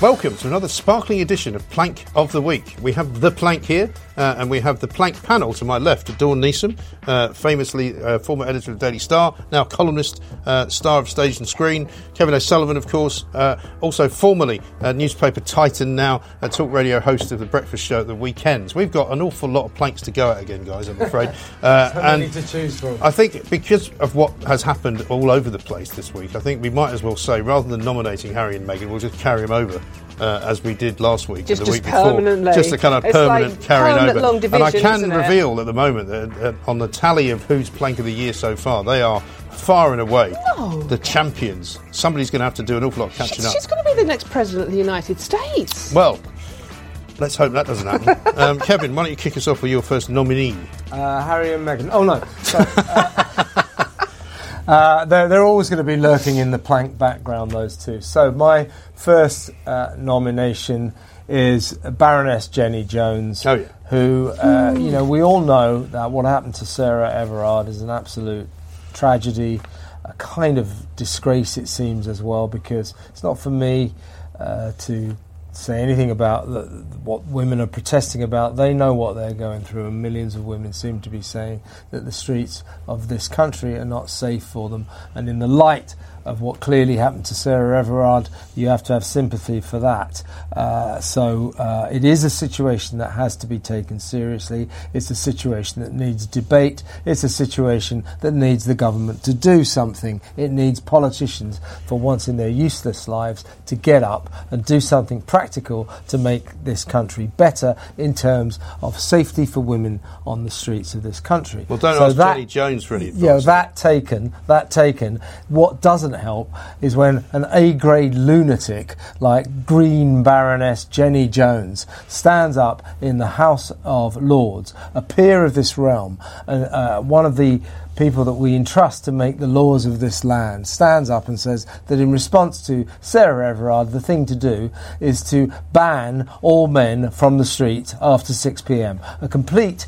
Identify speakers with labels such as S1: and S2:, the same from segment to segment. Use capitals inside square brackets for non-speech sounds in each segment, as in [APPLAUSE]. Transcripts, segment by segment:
S1: Welcome to another sparkling edition of Plank of the Week. We have the plank here, uh, and we have the plank panel to my left, Dawn Neeson, uh, famously uh, former editor of Daily Star, now columnist, uh, star of stage and screen. Kevin O'Sullivan, of course, uh, also formerly uh, newspaper titan, now a talk radio host of the breakfast show at the weekends. We've got an awful lot of planks to go at again, guys, I'm
S2: [LAUGHS]
S1: afraid. Uh,
S2: many to choose from.
S1: I think because of what has happened all over the place this week, I think we might as well say rather than nominating Harry and Meghan, we'll just carry them over. Uh, as we did last week
S3: Just-
S1: and the
S3: just
S1: week before,
S3: permanently.
S1: just a kind of
S3: It's
S1: permanent
S3: like
S1: carrying
S3: permanent
S1: over.
S3: long
S1: and I
S3: division,
S1: can
S3: isn't it?
S1: reveal at the moment that uh, on the tally of who's plank of the year so far, they are far and away the champions. Somebody's going to have to do an awful lot of catching
S3: She's,
S1: up.
S3: she's going to be the next president of the United States.
S1: Well, let's hope that doesn't
S3: [LAUGHS]
S1: happen. um, Kevin, why don't you kick us off with your first nominee?
S2: Uh, Harry and Meghan. Oh no. So, uh, [LAUGHS] Uh, they're, they're always going to be lurking in the plank background, those two. So, my first uh, nomination is Baroness Jenny Jones,
S1: Oh, yeah.
S2: who, uh, you know, we all know that what happened to Sarah Everard is an absolute tragedy, a kind of disgrace, it seems, as well, because it's not for me uh, to say anything about the, what women are protesting about. They know what they're going through, and millions of women seem to be saying that the streets of this country are not safe for them. And in the light of what clearly happened to Sarah Everard, you have to have sympathy for that. Uh, so uh, it is a situation that has to be taken seriously. It's a situation that needs debate. It's a situation that needs the government to do something. It needs politicians, for once in their useless lives, to get up and do something practical to make this country better in terms of safety for women on the streets of this country.
S1: Well, don't
S2: So
S1: ask
S2: that-
S1: Jenny Jones for any advice.
S2: yeah, that taken, that taken. What doesn't help is when an A-grade lunatic like Green Baroness Jenny Jones stands up in the House of Lords, a peer of this realm, and uh, one of the people that we entrust to make the laws of this land, stands up and says that in response to Sarah Everard, the thing to do is to ban all men from the street after 6 p.m. A complete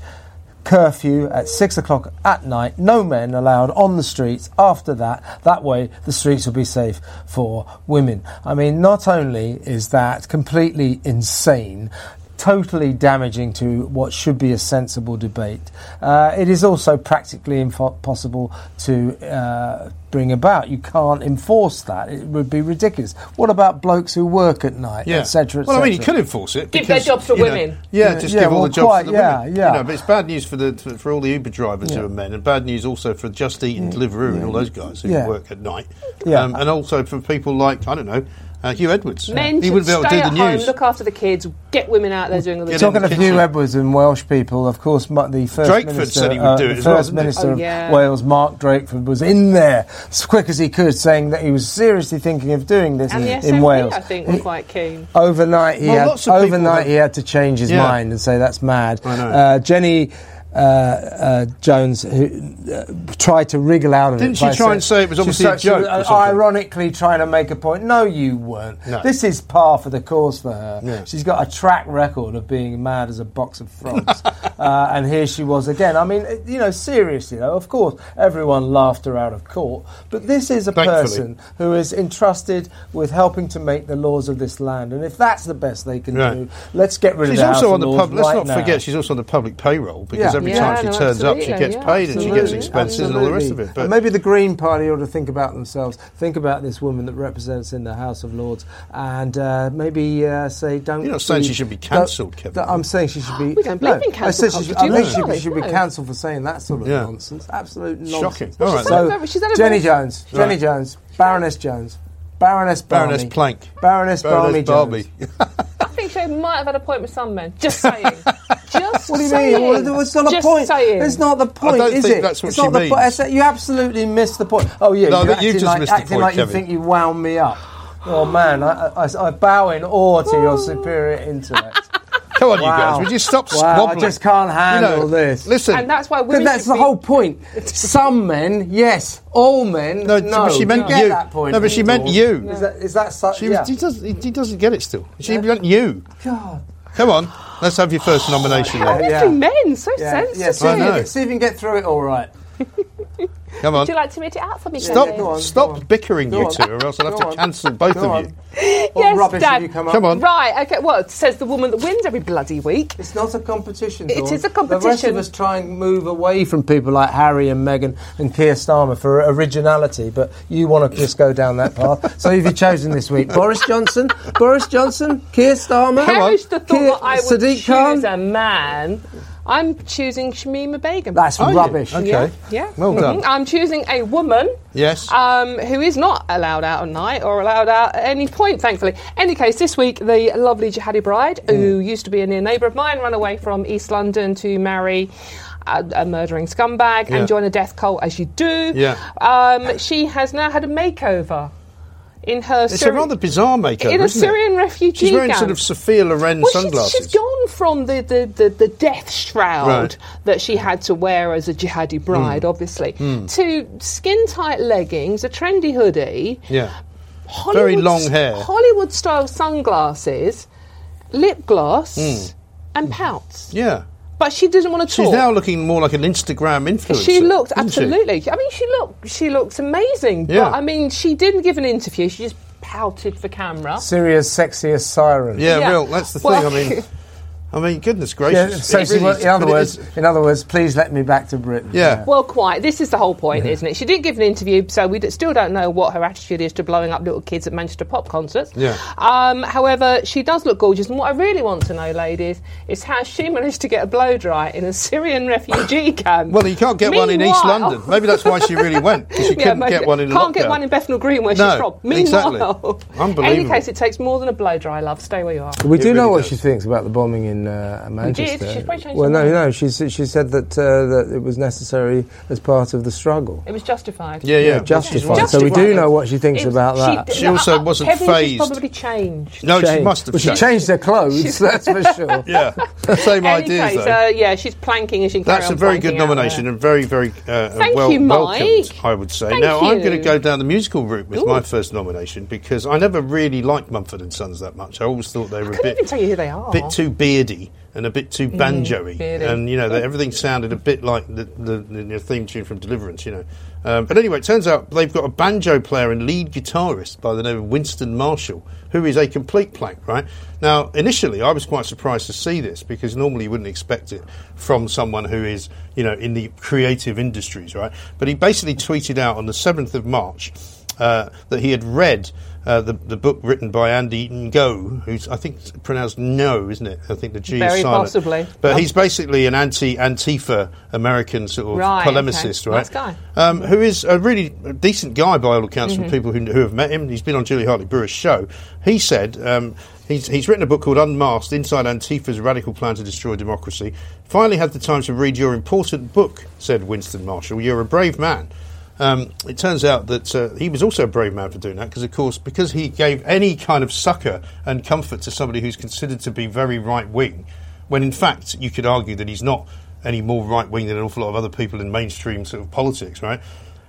S2: curfew at six o'clock at night. No men allowed on the streets after that. That way, the streets will be safe for women. I mean, not only is that completely insane. Totally damaging to what should be a sensible debate. Uh, it is also practically impossible to uh, bring about. You can't enforce that. It would be ridiculous. What about blokes who work at night,
S1: Yeah.
S2: etc.?
S1: well, I mean, you
S2: etc.?
S1: could enforce it.
S3: Give their
S1: because,
S3: jobs to
S1: you know,
S3: women.
S1: yeah,
S2: Yeah,
S1: just
S2: yeah,
S1: give all
S2: well,
S1: the jobs
S2: quite,
S1: to the
S2: yeah,
S1: women.
S2: yeah.
S1: You know, but it's bad news for the for all the Uber drivers
S2: Yeah.
S1: who are men, and bad news also for Just Eat and Deliveroo and all those guys who
S2: Yeah.
S1: work at night.
S2: Yeah.
S1: Um, and also for people like I don't know uh, Hugh Edwards.
S3: Men
S1: he
S3: should
S1: wouldn't be
S3: stay
S1: able to do
S3: at
S1: the
S3: home,
S1: news.
S3: look after the kids, get women out there doing all the
S1: Get
S3: jobs.
S1: in
S2: Talking of
S1: the kitchen.
S2: Hugh Edwards and Welsh people, of course, Ma- the first
S1: Drakeford
S2: minister,
S1: said he would
S2: uh,
S1: do it
S2: the
S1: as well,
S2: first
S1: didn't he?
S2: minister
S3: Oh,
S2: of
S3: yeah.
S2: Wales, Mark Drakeford, was in there as quick as he could, saying that he was seriously thinking of doing this
S3: And the
S2: in
S3: SNP,
S2: Wales.
S3: I think, were quite keen.
S2: Overnight, he
S1: Well, lots
S2: had,
S1: of people
S2: overnight
S1: have-
S2: he had to change his
S1: Yeah.
S2: mind and say that's mad.
S1: I know.
S2: Uh, Jenny. Uh, uh, Jones who, uh, tried to wriggle out of
S1: Didn't
S2: it.
S1: she
S2: by
S1: try and
S2: saying-
S1: say it was obviously a
S2: she was
S1: joke or
S2: uh,
S1: something?
S2: ironically trying to make a point. No, you weren't.
S1: No.
S2: This is par for the course for her.
S1: Yeah.
S2: She's got a track record of being mad as a box of frogs.
S1: [LAUGHS]
S2: uh, and here she was again. I mean, it- you know, seriously, though, of course, everyone laughed her out of court. But this is a
S1: Thankfully.
S2: person who is entrusted with helping to make the laws of this land. And if that's the best they can
S1: Right.
S2: do, let's get rid
S1: She's
S2: of the House
S1: also on
S2: of
S1: the
S2: Lords
S1: pub. Let's
S2: right
S1: not
S2: now.
S1: forget she's also on the public payroll because
S2: Yeah.
S1: every
S3: Yeah,
S1: time she
S3: no,
S1: turns up, she
S3: absolutely,
S1: gets
S3: yeah,
S1: paid and she gets
S3: absolutely,
S1: expenses and all the rest of it.
S2: And maybe the Green Party ought to think about themselves, think about this woman that represents in the House of Lords, and uh, maybe uh, say, don't.
S1: You're not saying
S2: be-
S1: she should be
S2: don't-
S1: cancelled, Kevin.
S2: don't- I'm saying she should be.
S3: We don't
S2: no,
S3: believe in
S2: I
S3: cancel
S2: said she
S3: culture,
S2: should, I
S3: do we,
S2: think she
S3: Charlie?
S2: should be
S3: No.
S2: cancelled for saying that sort of
S1: Yeah.
S2: nonsense. Absolute nonsense.
S1: Shocking. All right,
S2: so,
S3: then. She's had a
S2: Jenny
S3: vote.
S2: Jones,
S1: Right.
S2: Jenny Jones, Baroness Jones, Baroness Barney,
S1: Baroness Plank.
S2: Baroness, Barney
S1: Baroness
S2: Jones.
S1: Barbie.
S3: I think she might have had a point with some men.
S2: [LAUGHS]
S3: Just saying. Just
S2: What do you
S3: saying.
S2: mean? Well, it's not the
S3: Just
S2: point.
S3: Saying.
S2: It's not the point,
S1: don't
S2: is
S1: think
S2: it?
S1: that's what
S2: it's
S1: she
S2: not the
S1: means.
S2: point. I said- You absolutely missed the point. Oh yeah,
S1: No,
S2: you're
S1: but you've
S2: acting
S1: just
S2: like,
S1: missed the
S2: acting
S1: point,
S2: like
S1: Kevin.
S2: you think you wound me up. Oh man, I, I, I bow in awe to your superior intellect.
S1: [LAUGHS] [LAUGHS] Come on,
S2: Wow.
S1: you guys, would you stop
S2: Wow, I
S1: squabbling?
S2: just can't
S1: you know,
S2: handle this.
S1: Listen,
S3: And that's why
S2: But
S3: women.
S2: that's
S3: should
S2: the
S3: be-
S1: [LAUGHS]
S2: whole point. Some men, yes. All men,
S1: No,
S2: no.
S1: but she meant
S2: get
S1: you.
S2: that point.
S1: No, but she meant you.
S2: Is that, is that such?
S1: She, was,
S2: yeah.
S1: he, doesn't, he doesn't get it still. She meant you.
S2: God.
S1: Come on, let's have your first nomination.
S2: [SIGHS]
S3: How
S1: then.
S3: do
S2: Yeah.
S3: you men so
S2: Yeah,
S3: sensitive.
S2: yeah, see, if you
S1: I
S2: can
S1: know.
S2: get- see if you can get through it all right.
S1: Come on.
S3: Would you like to read it out for me,
S1: Stop,
S3: Daddy?
S4: go on,
S1: stop
S4: go on.
S1: bickering,
S4: Go
S1: you
S4: on.
S1: two, or else I'll have
S4: Go
S1: to
S4: on.
S1: cancel both
S4: Go
S1: of
S4: on.
S1: you.
S4: What
S3: Yes,
S4: rubbish
S3: Dad.
S4: have you come up
S1: Come on.
S4: with?
S3: Right, okay, well, says the woman that wins every bloody week.
S4: It's not a competition.
S3: It
S4: Dawn.
S3: is
S2: The
S3: a
S2: rest
S3: competition.
S2: of us try and move away from people like Harry and Meghan and Keir Starmer for originality, but you want to just go down that path. So who have you chosen this week? Boris Johnson? Boris Johnson? Keir Starmer?
S1: Come on.
S3: Perish the thought
S2: Keir-
S3: that I would
S2: Sadiq
S3: choose
S2: Khan?
S3: a man. I'm choosing Shamima Begum.
S2: That's
S1: Are you?
S2: rubbish.
S1: Okay.
S3: Oh, yeah, yeah.
S1: Well done.
S3: Mhm. I'm choosing a woman.
S1: Yes.
S3: um, who is not allowed out at night or allowed out at any point, thankfully. Any case, this week the lovely jihadi bride, who
S1: Mm.
S3: used to be a near neighbour of mine, ran away from East London to marry. A, a murdering scumbag
S1: Yeah.
S3: and join a death cult as you do.
S1: Yeah.
S3: Um, she has now had a makeover in her.
S1: it's a
S3: Syri-
S1: rather bizarre makeover,
S3: in a
S1: isn't
S3: Syrian
S1: it?
S3: refugee
S1: She's wearing
S3: gown.
S1: sort of Sophia Loren
S3: well,
S1: sunglasses.
S3: She's, she's gone from the, the, the, the death shroud
S1: Right. Hmm.
S3: that she had to wear as a jihadi bride, obviously, to skin tight leggings, a trendy hoodie,
S1: Yeah.
S3: Hollywood,
S1: long hair.
S3: Hollywood style sunglasses, lip gloss, and pouts.
S1: Yeah.
S3: But she didn't want to
S1: Hmm. She's
S3: talk.
S1: now looking more like an Instagram influencer.
S3: She looked
S1: isn't she?
S3: absolutely. I mean, she looked. She looks amazing.
S1: Yeah.
S3: But I mean, she didn't give an interview. She just pouted for camera.
S2: Syria's sexiest siren.
S1: Yeah,
S3: Yeah.
S1: real. That's the thing.
S3: Well-
S1: I mean,
S3: [LAUGHS]
S1: I mean, goodness
S2: Yeah,
S1: gracious.
S2: so
S1: It
S2: she
S1: really
S2: wa-
S1: is-
S2: in other
S1: but it
S2: words,
S1: is-
S2: in other words, please let me back to Britain.
S1: Yeah.
S3: Well, quite. This is the whole point, isn't it? She didn't give an interview, so we d- still don't know what her attitude is to blowing up little kids at Manchester pop concerts.
S1: Yeah.
S3: Um, however, she does look gorgeous, and what I really want to know, ladies, is how she [LAUGHS] managed to get a blow dry in a
S1: [LAUGHS]
S3: Syrian refugee camp.
S1: well, you can't get one in East
S3: Meanwhile- [LAUGHS]
S1: London. Maybe that's why she really went. 'cause She
S3: Yeah,
S1: couldn't
S3: maybe.
S1: get one in
S3: Can't get
S1: lockdown.
S3: one in Bethnal Green where
S1: No,
S3: she's from. [LAUGHS]
S1: exactly.
S3: Meanwhile,
S1: Unbelievable.
S3: any case, it takes more than a blow dry, love. Stay where you are.
S2: We do
S1: really
S2: know what
S1: does.
S2: she thinks about the bombing in uh, Manchester.
S3: She's probably changed
S2: well,
S3: her
S2: no,
S3: mind.
S2: no. She s- she said that uh, that it was necessary as part of the struggle.
S3: It was justified.
S1: Yeah, yeah.
S2: justified.
S1: She's
S2: So we do
S3: Justified.
S2: know what she thinks
S3: It was-
S2: about
S3: she
S2: that.
S3: d- uh,
S1: She also wasn't
S3: Kevin,
S1: phased.
S3: She's probably changed.
S1: No, she
S2: Changed.
S1: must have
S2: Well, she
S1: changed.
S2: changed her clothes. that's for sure.
S1: Yeah, [LAUGHS] same
S3: Any
S1: ideas
S3: case,
S1: though.
S3: uh, yeah, she's planking as she can.
S1: That's a
S3: on uh,
S1: very
S3: planking
S1: good
S3: out
S1: nomination
S3: there.
S1: and very, very uh,
S3: Thank
S1: well
S3: you, Mike.
S1: welcomed, I would say.
S3: Thank
S1: now, I'm going to
S3: you.
S1: go down the musical route with
S3: Ooh.
S1: my first nomination because I never really liked Mumford and Sons that much. I always thought they were a
S3: Couldn't
S1: bit,
S3: even tell you who they are.
S1: bit too beardy and a bit too banjoy,
S3: beardy.
S1: and Um, you know that everything sounded a bit like the, the, the, the theme tune from Deliverance. You know, um, but anyway, it turns out they've got a banjo player and lead guitarist by the name of Winston Marshall, who is a complete plank. Right now, initially, I was quite surprised to see this because normally you wouldn't expect it from someone who is you know in the creative industries, right? But he basically tweeted out on the seventh of March uh, that he had read uh, the, the book written by Andy Ngo, who's I think it's pronounced No, isn't it? I think the G is
S3: Very
S1: silent.
S3: possibly.
S1: But he's basically an anti Antifa American sort of
S3: Right,
S1: polemicist,
S3: okay.
S1: right?
S3: Nice guy. Mm-hmm.
S1: Um, who is a really decent guy by all accounts from people who, who have met him. He's been on Julie Hartley Brewer's show. He said. Um, He's, he's written a book called Unmasked Inside Antifa's Radical Plan to Destroy Democracy. Finally, had the time to read your important book, said Winston Marshall. You're a brave man. Um, it turns out that uh, he was also a brave man for doing that because, of course, because he gave any kind of succor and comfort to somebody who's considered to be very right wing, when in fact you could argue that he's not any more right wing than an awful lot of other people in mainstream sort of politics, right?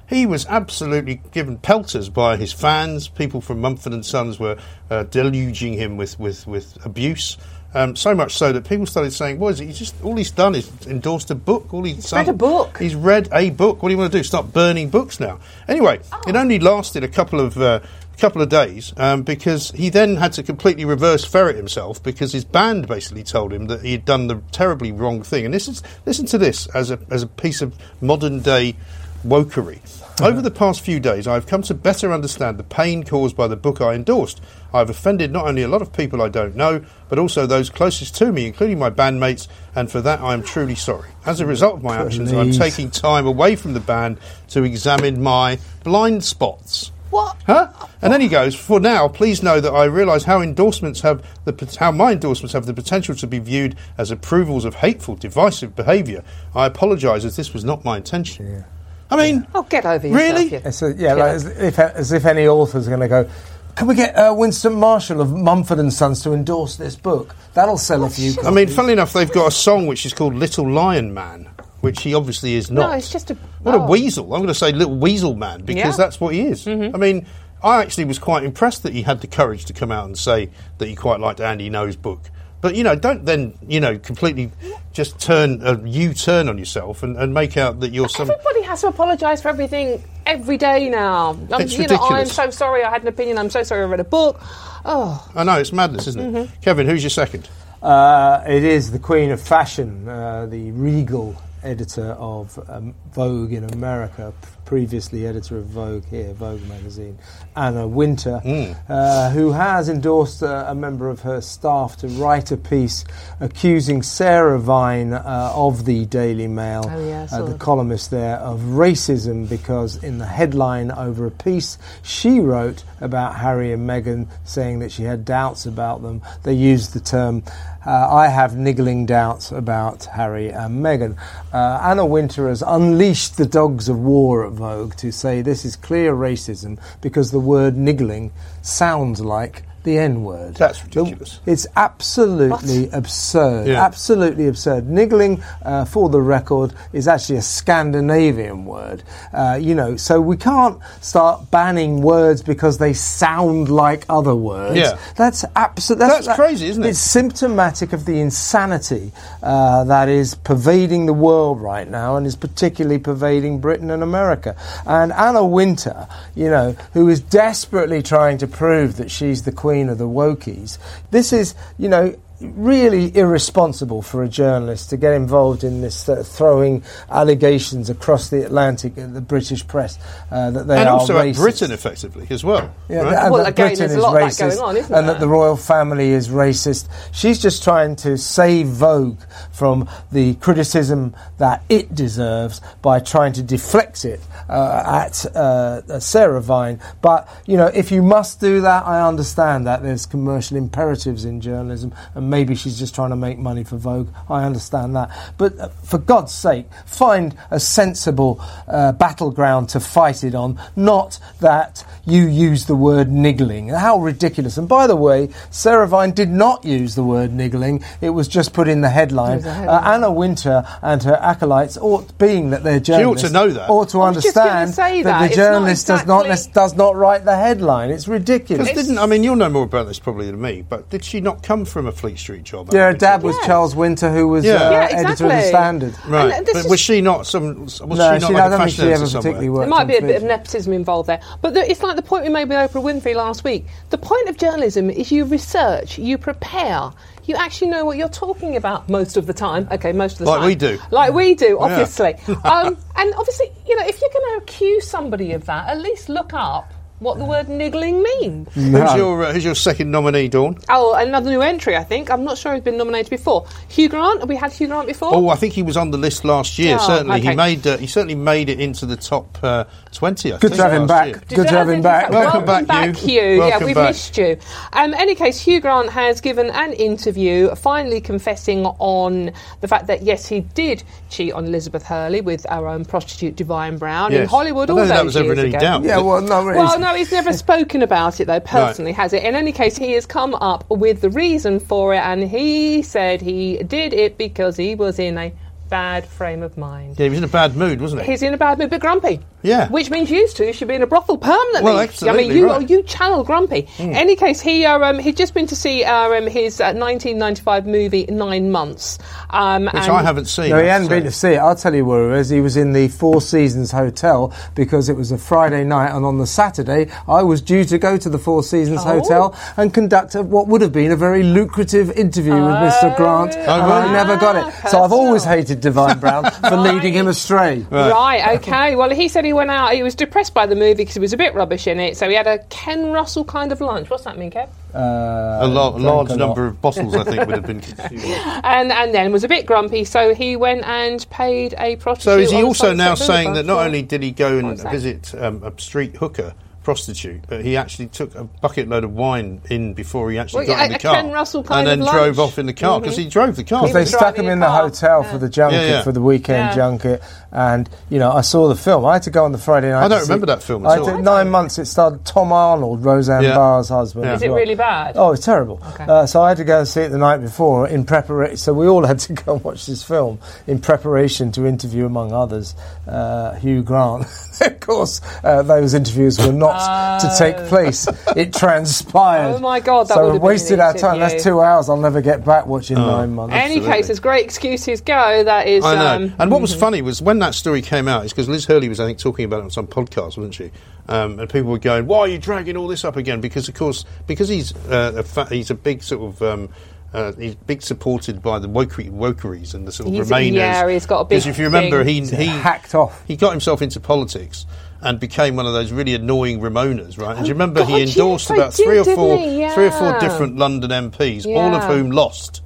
S1: He was absolutely given pelters by his fans. People from Mumford and Sons were uh, deluging him with with with abuse. Um, so much so that people started saying, "What is it? He's just all he's done is endorsed a book. All he's, done,
S3: read a book.
S1: He's read a book. What do you want to do? Start burning books now?" Anyway, it only lasted a couple of uh, couple of days um, because he then had to completely reverse ferret himself because his band basically told him that he had done the terribly wrong thing. And this is listen to this as a as a piece of modern day wokery. Over the past few days, I have come to better understand the pain caused by the book I endorsed. I have offended not only a lot of people I don't know, but also those closest to me, including my bandmates, and for that I am truly sorry. As a result of my actions, I'm
S2: Please.
S1: taking time away from the band to examine my blind spots.
S3: What?
S1: Huh? And then he goes, For now, please know that I realise how endorsements have the pot- how my endorsements have the potential to be viewed as approvals of hateful, divisive behaviour. I apologise as this was not my intention. I mean,
S3: Oh, get over yourself.
S1: Really?
S3: you-
S2: It's a- yeah, like as, if, as if any author's going to go. Can we get uh, Winston Marshall of Mumford and Sons to endorse this book? That'll sell a few.
S1: I mean, funnily enough, they've got a song which is called Little Lion Man, which he obviously is not.
S3: it's just a-
S1: What a
S3: oh.
S1: weasel. I'm going to say Little Weasel Man because
S3: Yeah. Mm-hmm.
S1: that's what he is. I mean, I actually was quite impressed that he had the courage to come out and say that he quite liked Andy No's book. But you know, don't then you know completely just turn a U turn on yourself and, and make out that you're
S3: [LAUGHS]
S1: some.
S3: Everybody has to apologise for everything every day now. I'm,
S1: It's
S3: you know, I'm
S1: ridiculous.
S3: so sorry I had an opinion. I'm so sorry I read a book. Oh,
S1: I know it's madness, isn't it?
S3: Mm-hmm.
S1: Kevin, who's your second?
S2: Uh, it is the queen of fashion, uh, the regal editor of um, Vogue in America, p- previously editor of Vogue here, Vogue magazine, Anna Winter, uh, who has endorsed uh, a member of her staff to write a piece accusing Sarah Vine uh, of the Daily Mail,
S3: Oh, yeah, I saw
S2: uh, the
S3: that.
S2: columnist there, of racism because in the headline over a piece she wrote about Harry and Meghan saying that she had doubts about them, they used the term, uh, I have niggling doubts about Harry and Meghan. Uh, Anna Winter has unleashed the dogs of war at Vogue to say this is clear racism because the word niggling sounds like the N word.
S1: That's ridiculous.
S2: It's absolutely absurd.
S1: Yeah.
S2: Absolutely absurd. Niggling, uh, for the record, is actually a Scandinavian word. Uh, you know, so we can't start banning words because they sound like other words.
S1: Yeah.
S2: That's absolutely. That's,
S1: That's crazy, isn't it?
S2: It's symptomatic of the insanity uh, that is pervading the world right now and is particularly pervading Britain and America. And Anna Winter, you know, who is desperately trying to prove that she's the queen of the wokies, this is, you know, really irresponsible for a journalist to get involved in this uh, throwing allegations across the Atlantic at the British press uh, that they
S1: and
S2: are
S1: also
S2: racist.
S1: at Britain, effectively as well.
S2: Yeah,
S1: right?
S2: and
S3: Well,
S2: that
S3: again,
S2: Britain
S3: there's a
S2: is
S3: lot of that
S2: racist,
S3: going on, isn't
S2: and
S3: there?
S2: that the royal family is racist. She's just trying to save Vogue from the criticism that it deserves by trying to deflect it uh, at uh, uh, Sarah Vine. But you know, if you must do that, I understand that there's commercial imperatives in journalism, and maybe she's just trying to make money for Vogue. I understand that, but uh, for God's sake, find a sensible uh, battleground to fight it on, not that you use the word niggling. How ridiculous. And by the way, Sarah Vine did not use the word niggling, it was just put in the headline.
S3: It was a
S2: Uh,
S3: headline.
S2: Anna Winter and her acolytes, ought, being that they're journalists,
S1: know that.
S2: ought to
S3: I was just gonna
S2: understand
S3: say that.
S2: the
S3: It's not
S2: journalist does,
S3: exactly-
S2: not, does not write the headline. It's ridiculous.
S1: Because didn't I mean you'll know more about this probably than me, but did she not come from a Fleet Street job?
S2: Yeah, her
S1: Anna
S2: dab
S1: Wintour?
S2: was
S3: Yes.
S2: Charles Winter, who was
S1: Yeah.
S2: uh,
S1: Yeah,
S2: editor of the
S3: exactly.
S2: Standard.
S1: Right,
S3: And this
S1: but
S3: is-
S1: was she not some? Was
S2: No,
S1: she not
S2: she-
S1: like
S2: I
S1: a
S2: don't think
S1: fashion
S2: she ever
S1: editor somewhere?
S2: particularly worked.
S3: There might
S2: on
S3: be a bit of
S2: television.
S3: nepotism involved there. But the, it's like the point we made with Oprah Winfrey last week. The point of journalism is you research, you prepare, you actually know what you're talking about most of the time. Okay, most of the
S1: Like
S3: time.
S1: we do.
S3: Like we do,
S1: [LAUGHS]
S3: obviously. um, and obviously, you know, if you're going to accuse somebody of that, at least look up what the word niggling means.
S1: Who's your uh, Who's your second nominee, Dawn?
S3: Oh, another new entry, I think. I'm not sure he's been nominated before. Hugh Grant, have we had Hugh Grant before?
S1: Oh, I think he was on the list last year.
S3: Oh,
S1: certainly, he
S3: okay.
S1: made uh, he certainly made it into the top uh, twenty. I
S2: Good
S1: think,
S2: to have
S1: last
S2: him back.
S1: year.
S2: Good to have him back.
S1: Welcome
S3: Welcome,
S1: back,
S3: back,
S1: Hugh.
S3: Hugh.
S1: Welcome
S3: yeah, we've
S1: back.
S3: missed you. Um, any case, Hugh Grant has given an interview, finally confessing on the fact that yes, he did cheat on Elizabeth Hurley with our own prostitute Divine Brown in
S1: Yes.
S3: Hollywood.
S1: I
S3: all
S1: don't think that
S3: those
S1: was ever
S3: years
S1: in any
S3: ago.
S1: doubt.
S2: Yeah, well, no, it
S3: Well,
S2: isn't.
S3: no, he's never spoken
S1: [LAUGHS]
S3: about it though personally, has it? In any case, he has come up with the reason for it, and he said he did it because he was in a bad frame of mind.
S1: Yeah, he was in a bad mood, wasn't he?
S3: He's in a bad mood, but grumpy.
S1: Yeah.
S3: Which means you two should be in a brothel permanently.
S1: Well, absolutely
S3: I mean, you
S1: right. Hmm.
S3: you channel grumpy. Any case, he uh, um, he'd just been to see uh, um, his uh, 1995 movie Nine Months, um,
S1: Which
S3: and
S1: I haven't seen.
S2: No, he
S1: I have
S2: hadn't
S1: to
S2: been
S1: say.
S2: to see it. I'll tell you where he was. He was in the Four Seasons Hotel because it was a Friday night, and on the Saturday, I was due to go to the Four Seasons
S3: Oh.
S2: Hotel and conduct a, what would have been a very lucrative interview with
S3: Oh.
S2: Mr. Grant, and
S1: right.
S2: I never got it. So I've
S3: Personal.
S2: always hated Divine Brown
S3: [LAUGHS]
S2: for leading him astray.
S3: Right. okay. Well, he said he went out. He was depressed by the movie because it was a bit rubbish in it. So he had a Ken Russell kind of lunch. What's that mean, Kev?
S2: Uh,
S1: a lo- large
S2: a lot.
S1: number of bottles, I think, would have
S2: [LAUGHS]
S1: been consumed.
S3: And and then was a bit grumpy. So he went and paid a prostitute.
S1: So is he
S3: on
S1: also
S3: Sunset
S1: now
S3: Boulevard.
S1: saying that not
S3: Yeah.
S1: only did he go and
S3: is that?
S1: visit um, a street hooker prostitute, but he actually took a bucket load of wine in before he actually
S3: Well,
S1: got in
S3: a-
S1: the
S3: a
S1: car
S3: Ken Russell kind
S1: and then
S3: of
S1: drove
S3: lunch. Mm-hmm.
S1: off in the car because he drove the car.
S2: Because they
S3: was
S2: stuck him
S3: driving
S2: in
S3: a
S2: the
S3: car.
S2: hotel
S3: Yeah.
S2: for the junket,
S1: Yeah, yeah.
S2: for the weekend
S3: Yeah.
S2: junket. And, you know, I saw the film. I had to go on the Friday night.
S1: I don't
S2: to see-
S1: remember that film at
S2: I
S1: all.
S2: did nine months. It starred Tom Arnold, Roseanne
S1: Yeah.
S2: Barr's husband.
S1: Yeah.
S2: as
S1: Is
S3: Is it
S2: well.
S3: really bad?
S2: Oh, it's terrible. Uh, so I had to go and see it the night before in preparation. So we all [LAUGHS] had to go and watch this film in preparation [LAUGHS] to interview, among others, uh, Hugh Grant. of course, uh, those interviews were not
S3: [LAUGHS]
S2: not to take place. It transpired.
S3: Oh my God, that
S2: so we've
S3: would have been an
S2: wasted our time.
S3: interview.
S2: That's two hours I'll never get back watching
S1: Oh.
S2: nine months.
S3: Any
S1: Absolutely.
S3: case, as great excuses go, that is.
S1: I know.
S3: Um,
S1: and what was funny was when that story came out, is because Liz Hurley was, I think, talking about it on some podcast, wasn't she? Um, and people were going, "Why are you dragging all this up again?" Because, of course, because he's uh, a fa- he's a big sort of. Um, uh, he's big supported by the wokery, wokeries and the sort of
S3: He's-
S1: remainers.
S3: yeah, he's got a big
S1: Because if you remember,
S3: thing.
S1: he he
S2: hacked off.
S1: He got himself into politics and became one of those really annoying Ramoners, right? And do you remember
S3: Oh, God,
S1: he
S3: yes,
S1: endorsed
S3: I
S1: about
S3: did,
S1: three or
S3: didn't
S1: four,
S3: he?
S1: three or four
S3: Yeah.
S1: different London MPs, all of
S3: Yeah.
S1: whom lost.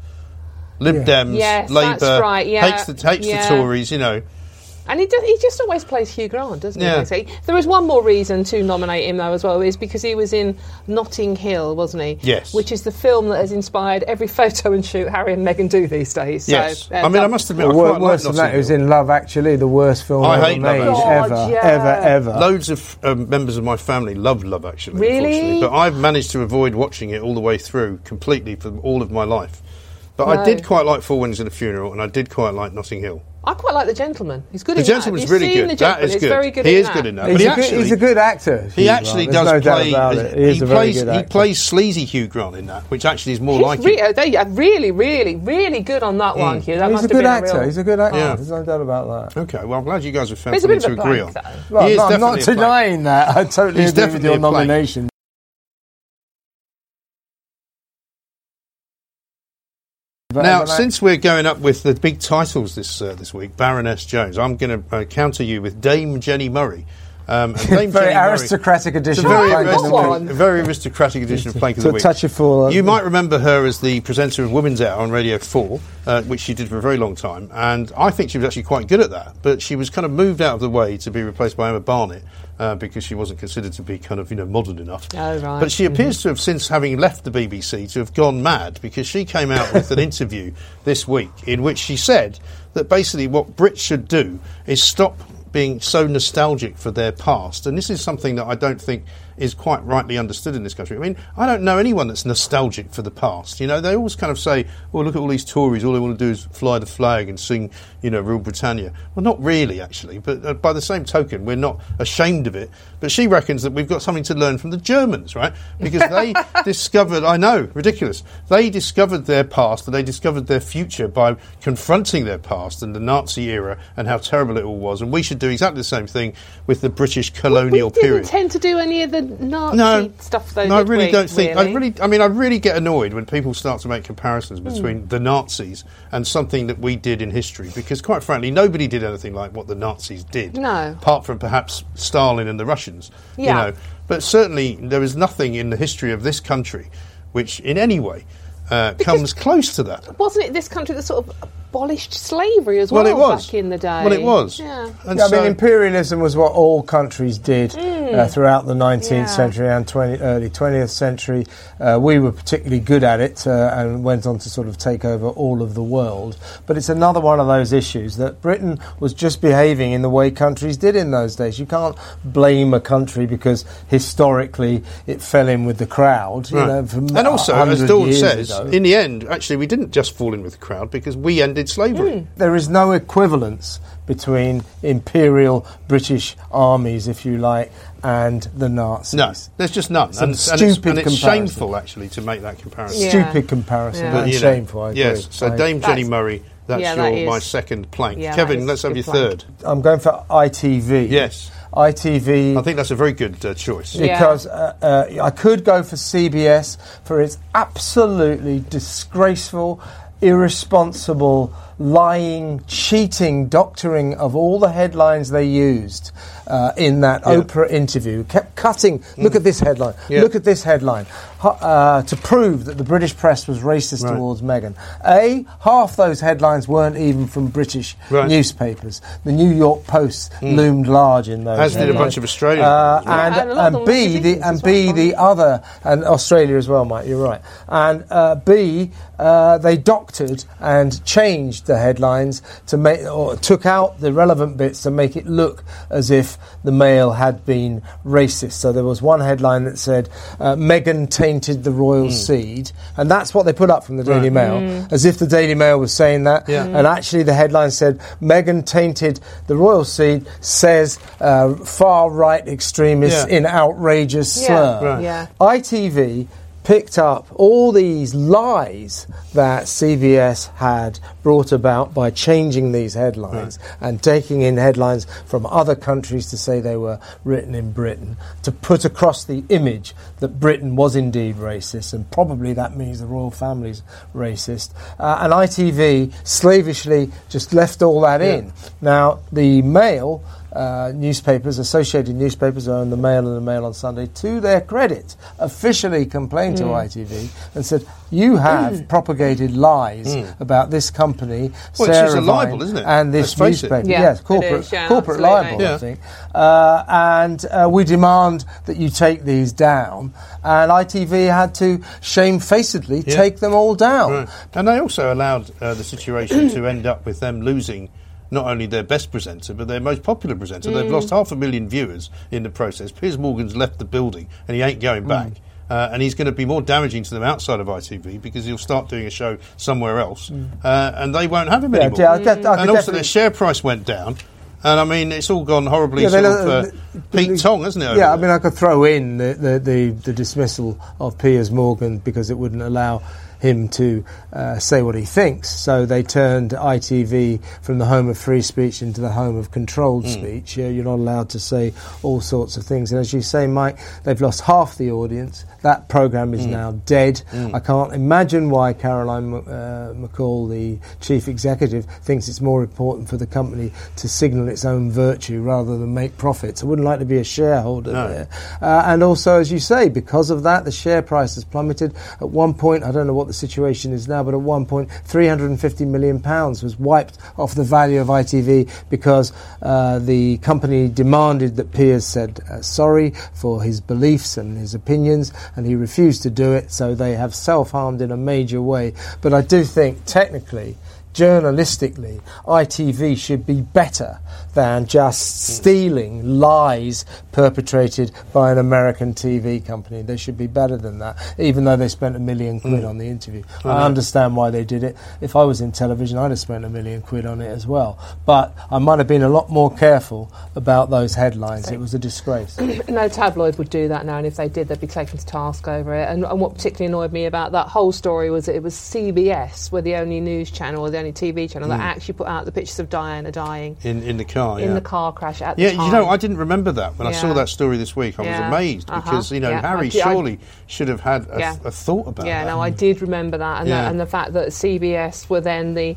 S1: Lib
S2: Yeah.
S1: Dems,
S3: Yes,
S1: Labour,
S3: that's right, yeah,
S1: hates the hates
S3: yeah.
S1: the Tories, you know.
S3: And he, do, he just always plays Hugh Grant, doesn't
S1: Yeah.
S3: he? basically? There is one more reason to nominate him, though, as well, is because he was in Notting Hill, wasn't he?
S1: Yes.
S3: Which is the film that has inspired every [LAUGHS] photo and shoot Harry and Meghan do these days. So,
S1: yes,
S3: uh,
S1: I mean I
S3: that-
S1: must admit, I
S2: Well,
S1: quite
S2: wor-
S1: like
S2: worse than that,
S1: Notting
S2: it was
S1: Hill.
S2: in Love Actually, the worst film
S1: I
S2: ever
S1: hate Love
S2: made,
S1: Actually.
S2: ever,
S3: God, yeah.
S2: ever, ever.
S1: Loads of um, members of my family love Love Actually,
S3: Really?
S1: unfortunately, but I've managed to avoid watching it all the way through completely for all of my life. But I
S3: No.
S1: did quite like Four Winds at a Funeral, and I did quite like Notting Hill.
S3: I quite like The Gentleman. He's good
S1: The
S3: in that.
S1: Gentleman's
S3: Have you
S1: really
S3: seen
S1: good.
S3: The
S1: That
S3: Gentleman?
S1: is
S3: He's
S1: good.
S3: very good
S1: He
S3: in
S1: is
S3: that.
S1: good in that.
S2: He's,
S1: But he
S2: a good,
S1: actually-
S2: he's a good actor. Hugh
S1: He
S2: Grant.
S1: actually
S2: There's
S1: does
S2: no doubt
S1: play.
S2: about it. He
S1: He,
S2: is a very
S1: plays.
S2: good
S1: He
S2: actor.
S1: plays sleazy Hugh Grant in that, which actually is more
S3: He's
S1: like
S3: re-
S1: him. Hmm.
S3: uh, they are really, really, really good on that one, Hugh. That
S2: He's
S3: must
S2: a
S3: have
S2: good
S3: been
S2: actor.
S3: A real...
S2: He's a good actor.
S1: Yeah.
S2: There's no doubt about that.
S1: Okay, well, I'm glad you guys have found
S3: He's a
S1: something
S3: bit
S1: to
S3: of a
S1: agree on.
S3: blank, though.
S2: Well,
S1: He is
S2: no, I'm not
S1: definitely a blank.
S2: denying that. I totally
S1: He's
S2: agree with
S1: definitely
S2: your
S1: a blank.
S2: nomination. But uh,
S1: Now,
S2: anyway,
S1: since we're going up with the big titles this uh, this week, Baroness Jones, I'm going to uh, counter you with Dame Jenny Murray.
S2: [LAUGHS]
S1: Um, and Dame
S2: very
S1: Jenny Murray-
S2: aristocratic
S1: It's
S2: edition.
S1: a very,
S2: of Plank
S3: I've
S2: in the
S3: got
S2: Week.
S3: one.
S1: aristocratic, a very aristocratic edition of Plank of
S2: To
S1: the Week.
S2: touch a fool, uh,
S1: You might remember her as the presenter of Women's Hour on Radio 4, uh, which she did for a very long time, and I think she was actually quite good at that, but she was kind of moved out of the way to be replaced by Emma Barnett uh, because she wasn't considered to be kind of, you know, modern enough.
S3: Oh, right.
S1: But she appears to have, since having left the BBC, to have gone mad because she came out with an interview this week in which she said that basically what Brits should do is stop being so nostalgic for their past. And this is something that I don't think is quite rightly understood in this country. I mean, I don't know anyone that's nostalgic for the past. You know, they always kind of say, well, look at all these Tories, all they want to do is fly the flag and sing, you know, Rule Britannia. Well, not really, actually, but uh, by the same token, we're not ashamed of it. But she reckons that we've got something to learn from the Germans, right? Because
S3: [LAUGHS]
S1: they discovered, I know, ridiculous, they discovered their past and they discovered their future by confronting their past and the Nazi era and how terrible it all was. And we should do exactly the same thing with the British
S3: We
S1: colonial
S3: didn't
S1: period
S3: tend to do any of the Nazi
S1: no,
S3: stuff, though.
S1: No, I
S3: did
S1: really
S3: we,
S1: don't think. I
S3: really?
S1: really, I mean, I really get annoyed when people start to make comparisons between
S3: Hmm.
S1: the Nazis and something that we did in history, because quite frankly, nobody did anything like what the Nazis did.
S3: No.
S1: apart from perhaps Stalin and the Russians.
S3: Yeah.
S1: You know, but certainly there is nothing in the history of this country which, in any way, uh, comes close to that.
S3: Wasn't it this country that sort of abolished slavery as well,
S1: Well, it was
S3: back in the day?
S1: Well, it was.
S3: Yeah.
S1: And
S2: Yeah, I
S1: so- Hmm.
S2: mean, imperialism was what all countries did uh, throughout the 19th
S3: Yeah.
S2: century and 20, early 20th century. Uh, we were particularly good at it uh, and went on to sort of take over all of the world. But it's another one of those issues that Britain was just behaving in the way countries did in those days. You can't blame a country because historically it fell in with the crowd. You
S1: Right.
S2: know, from
S1: and also,
S2: 100
S1: as Dawn
S2: years
S1: says,
S2: ago.
S1: in the end, actually, we didn't just fall in with the crowd because we ended slavery.
S3: Hmm.
S2: There is no equivalence between imperial British armies, if you like, and the Nazis.
S1: No, there's just none.
S2: Some
S1: and, and it's,
S2: stupid
S1: and it's
S2: comparison.
S1: shameful, actually, to make that comparison.
S3: Yeah.
S2: Stupid comparison
S3: Yeah. But,
S2: and
S1: you know,
S2: shameful. I agree.
S1: Yes, so
S2: I-
S1: Dame Jenny
S3: That's-
S1: Murray, that's
S3: Yeah,
S1: your
S3: that is-
S1: my second plank.
S3: Yeah,
S1: Kevin,
S3: that
S1: let's
S3: is a
S1: have
S3: good
S1: your third.
S3: plank.
S2: I'm going for ITV.
S1: Yes.
S2: ITV.
S1: I think that's a very good uh, choice.
S3: Yeah.
S2: because uh, uh, I could go for CBS for its absolutely disgraceful, irresponsible, lying, cheating doctoring of all the headlines they used uh, in that Oprah interview. Kept cutting. Look at this headline.
S1: Mm. Yeah.
S2: Look at this headline. Ho- Uh, to prove that the British press was racist
S1: Right.
S2: towards Meghan. A, half those headlines weren't even from British
S1: Right. Mm.
S2: newspapers. The New York Post loomed large in those.
S1: As did a
S2: headlines.
S1: bunch of Australian
S2: Uh,
S1: ones, right?
S2: and,
S3: And a lot of
S2: and
S3: them were
S2: B, the,
S3: Indigenous
S2: and
S3: as well,
S2: B,
S3: aren't
S2: the
S3: they?
S2: other, and Australia as well, Mike, you're right. And uh, B, uh, they doctored and changed the headlines to make or took out the relevant bits to make it look as if the Mail had been racist. So there was one headline that said uh, Meghan tainted the royal
S3: Hmm.
S2: seed, and that's what they put up from the Daily
S1: Right.
S2: Mail, as if the Daily Mail was saying that.
S1: Yeah.
S2: And actually, the headline said Meghan tainted the royal seed, says uh, far right extremists
S1: Yeah.
S2: in outrageous
S3: Yeah.
S2: slur.
S1: Right.
S3: Yeah.
S2: ITV picked up all these lies that CBS had brought about by changing these headlines and taking in headlines from other countries to say they were written in Britain to put across the image that Britain was indeed racist and probably that means the royal family's racist uh, and ITV slavishly just left all that in now the Mail uh, newspapers, associated newspapers, are in the Mail and the Mail on Sunday, to their credit, officially complained
S1: Hmm.
S2: to ITV and said, "You have propagated lies about this company,
S1: Hmm. Well, it's
S2: Sarah
S1: just a libel,
S2: Vine,
S1: isn't it?
S2: and this
S1: Let's face it.
S2: newspaper,
S3: Yeah,
S2: yes,
S3: it
S2: corporate,
S3: is, yeah,
S2: corporate
S3: absolutely.
S2: libel,
S1: Yeah.
S2: I think. Uh, and uh, we demand that you take these down." And ITV had to shamefacedly
S1: Yeah.
S2: take them all down.
S1: Right. And they also allowed uh, the situation to end up with them losing not only their best presenter, but their most popular presenter. They've lost
S2: Mm.
S1: half a million viewers in the process. Piers Morgan's left the building and he ain't
S2: Mm.
S1: going back. Uh, and he's going to be more damaging to them outside of ITV because he'll start doing a show somewhere else uh, and they won't have him
S2: Mm. Yeah,
S1: anymore.
S2: yeah, I get- I
S1: and
S2: could
S1: also,
S2: definitely-
S1: their share price went down. And I mean, it's all gone horribly
S2: Yeah, they
S1: sort of
S2: don't-
S1: uh, Pete Tong, hasn't it? over
S2: Yeah, I
S1: there?
S2: mean, I could throw in the, the, the, the dismissal of Piers Morgan because it wouldn't allow him to uh, say what he thinks. So they turned ITV from the home of free speech into the home of controlled
S1: Hmm.
S2: speech. Yeah, you're not allowed to say all sorts of things. And as you say, Mike, they've lost half the audience. That programme
S1: Hmm.
S2: is now dead. I can't imagine why Caroline uh, McCall, the chief executive, thinks it's more important for the company to signal its own virtue rather than make profits. I wouldn't like to be a shareholder
S1: No.
S2: there. Uh, and also, as you say, because of that, the share price has plummeted. At one point, I don't know what the situation is now, but at one point, 350 million pounds was wiped off the value of ITV because uh, the company demanded that Piers said uh, sorry for his beliefs and his opinions, and he refused to do it. So they have self-harmed in a major way. But I do think, technically journalistically, ITV should be better than just stealing lies perpetrated by an American TV company. They should be better than that, even though they spent a million quid on the interview. I understand why they did it. If I was in television, I'd have spent a million quid on it as well. But I might have been a lot more careful about those headlines. It was a disgrace.
S3: no tabloid would do that now, and if they did, they'd be taken to task over it. And, and what particularly annoyed me about that whole story was that it was CBS were the only news channel or the only TV channel that actually put out the pictures of Diana dying
S1: in, in the car,
S3: in
S1: Hmm. Oh, yeah.
S3: the car crash at
S1: Yeah,
S3: the time.
S1: you know, I didn't remember that when I saw
S3: Yeah.
S1: that story this week. I
S3: Yeah.
S1: was amazed
S3: Uh-huh.
S1: because you know
S3: Yeah,
S1: Harry
S3: I did- I-
S1: surely should have had a,
S3: Yeah.
S1: a thought about
S3: yeah,
S1: that.
S3: no, I did remember that, and,
S1: Yeah.
S3: the, and the fact that CBS were then the,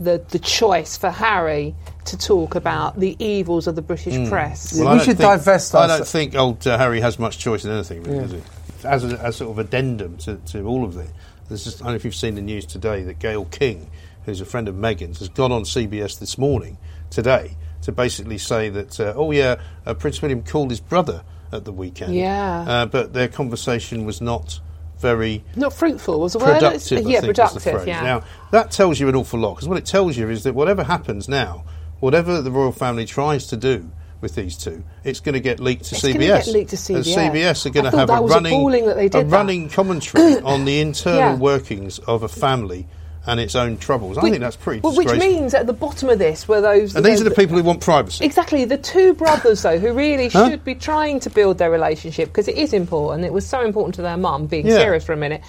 S3: the the choice for Harry to talk
S1: Hmm.
S3: about the evils of the British press.
S2: Well,
S1: I
S2: we
S1: don't
S2: should divest
S1: I don't
S2: ourse-
S1: think old uh, Harry has much choice in anything, really, does he? As a as sort of addendum to, to all of this, there's just, I don't know if you've seen the news today that Gail King, who's a friend of Meghan's, has gone on CBS this morning, today, to basically say that, uh, oh yeah, uh, Prince William called his brother at the weekend.
S3: Yeah.
S1: Uh, but their conversation was not very
S3: Not fruitful was the word.
S1: productive. I
S3: yeah,
S1: think is the
S3: productive.
S1: phrase.
S3: Yeah.
S1: Now that tells you an awful lot because what it tells you is that whatever happens now, whatever the royal family tries to do with these two, it's going to get leaked to
S3: It's
S1: CBS.
S3: gonna get leaked to
S1: And
S3: CBS.
S1: CBS are going
S3: I
S1: to
S3: thought
S1: have
S3: that
S1: a
S3: was
S1: running,
S3: appalling that they did
S1: a
S3: that.
S1: running commentary
S3: [COUGHS]
S1: on the internal
S3: Yeah.
S1: workings of a family and its own troubles. I
S3: Which-
S1: think that's pretty
S3: well, which
S1: disgraceful.
S3: means at the bottom of this were those.
S1: and these are
S3: those-
S1: the people who want privacy.
S3: Exactly, the two brothers though, who really
S1: Huh?
S3: should be trying to build their relationship because it is important. It was so important to their mum. Being
S1: Yeah.
S3: serious for a minute,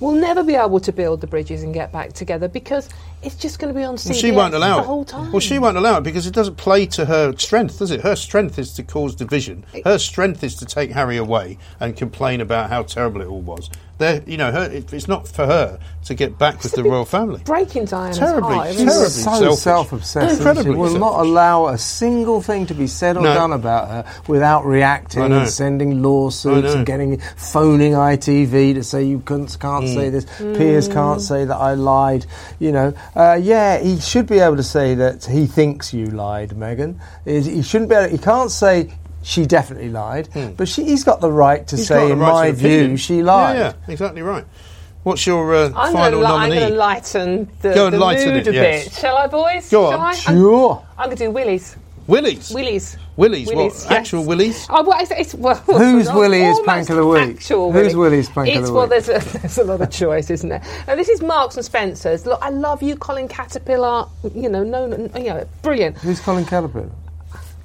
S3: will never be able to build the bridges and get back together because it's just going to be on CBS
S1: Well, she won't allow
S3: the
S1: it.
S3: whole time.
S1: Well, she won't allow it because it doesn't play to her strength, does it? Her strength is to cause division. Her strength is to take Harry away and complain about how terrible it all was. There, you know, her, it, it's not for her to get back with the royal family.
S3: breaking Diana's
S1: Terribly,
S3: heart.
S1: terribly
S2: She's so
S1: selfish.
S2: self-obsessed. isn't
S1: Incredibly
S2: she will not
S1: selfish.
S2: allow a single thing to be said or
S1: No.
S2: done about her without reacting
S1: I know.
S2: and sending lawsuits
S1: I know.
S2: and getting phoning ITV to say you couldn't, can't
S1: Mm.
S2: say this. Piers can't say that I lied. You know, uh, yeah, he should be able to say that he thinks you lied, Megan. He he shouldn't be. Able, he can't say. She definitely lied, but she, he's got the right to
S1: Hmm. He's got
S2: say,
S1: the
S2: in
S1: right to
S2: my
S1: an opinion.
S2: view, she lied.
S1: Yeah, yeah, exactly right. What's your uh,
S3: I'm
S1: final
S3: going
S1: nominee?
S3: to lighten the,
S1: Go and
S3: the
S1: lighten it,
S3: mood a
S1: yes.
S3: bit. Shall I, boys?
S1: Go
S3: Shall
S1: on.
S3: I? I'm,
S2: Sure.
S3: going to do Willies.
S1: Willies.
S3: Willies.
S1: Willies, what,
S3: yes.
S1: actual Willies?
S3: Oh, well, it's, it's, well,
S2: Whose
S3: [LAUGHS] it's
S2: Willy is
S3: almost
S2: Plank of the Week?
S3: Actual
S2: Whose
S3: Willy.
S2: Willy is Plank of
S3: it's,
S2: the
S3: Well,
S2: Week?
S3: there's a, [LAUGHS] there's a lot of choice, isn't there? Now, this is Marks and Spencer's. Look, I love you, Colin Caterpillar. You know, no, no, you know, brilliant.
S2: Who's Colin Caterpillar?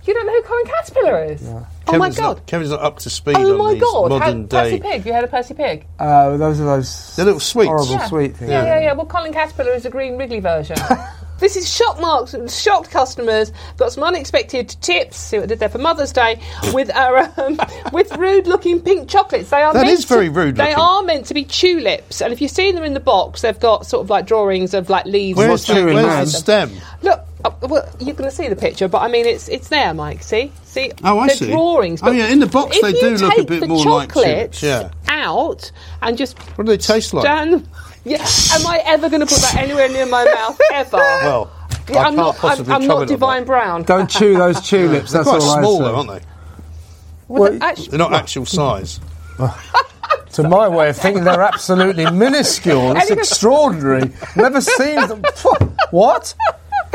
S3: You don't know who Colin Caterpillar is? Oh, my
S1: Kevin's
S3: God.
S1: Not, Kevin's not up to speed
S3: Oh
S1: on
S3: my
S1: these
S3: god!
S1: modern
S3: How, Percy
S1: day.
S3: Pig. You heard of Percy Pig?
S2: Uh, those are those
S1: They're little sweets.
S2: horrible
S1: Yeah.
S2: sweet things.
S3: Yeah, yeah, yeah. Well, Colin Caterpillar is the Green
S1: [LAUGHS]
S3: Wrigley version. this is shock marks, shocked customers. Got some unexpected tips. See what I did there for Mother's Day with our [LAUGHS] um, with rude-looking pink chocolates. They are
S1: That
S3: meant
S1: is very
S3: to-
S1: rude
S3: They
S1: looking.
S3: are meant to be tulips, and if you've seen them in the box, they've got sort of like drawings of like leaves. and
S1: Where's,
S2: What's
S1: the,
S3: stuff
S2: your
S1: where's
S3: inside
S1: the
S2: man?
S3: them.
S1: stem?
S3: Look, uh, well, you're going to see the picture, but I mean, it's it's there, Mike. See, see.
S1: Oh, I
S3: They're
S1: see.
S3: Drawings.
S1: Oh,
S3: but
S1: yeah, in the box
S3: if
S1: they
S3: you
S1: do look a
S3: take
S1: bit
S3: the
S1: more like
S3: chocolates
S1: chips, yeah.
S3: Out and just
S1: What do they taste like?
S3: Dan, yeah, am I ever going to put that anywhere near
S1: [LAUGHS]
S3: my mouth ever?
S1: Well,
S3: Yeah,
S1: I
S3: I'm
S1: can't
S3: not. I'm,
S1: possibly
S3: I'm
S1: comment
S3: not
S1: on
S3: Divine
S1: that.
S3: Brown.
S2: Don't chew those
S1: [LAUGHS]
S2: tulips.
S1: They're
S2: That's
S1: quite
S2: all I
S1: small,
S2: say.
S1: though, aren't they?
S3: Well,
S2: Well,
S3: actually,
S1: They're not actual size.
S2: To my way of thinking, they're
S3: [LAUGHS]
S2: absolutely minuscule. It's
S3: Anyway.
S2: extraordinary. Never seen them. What?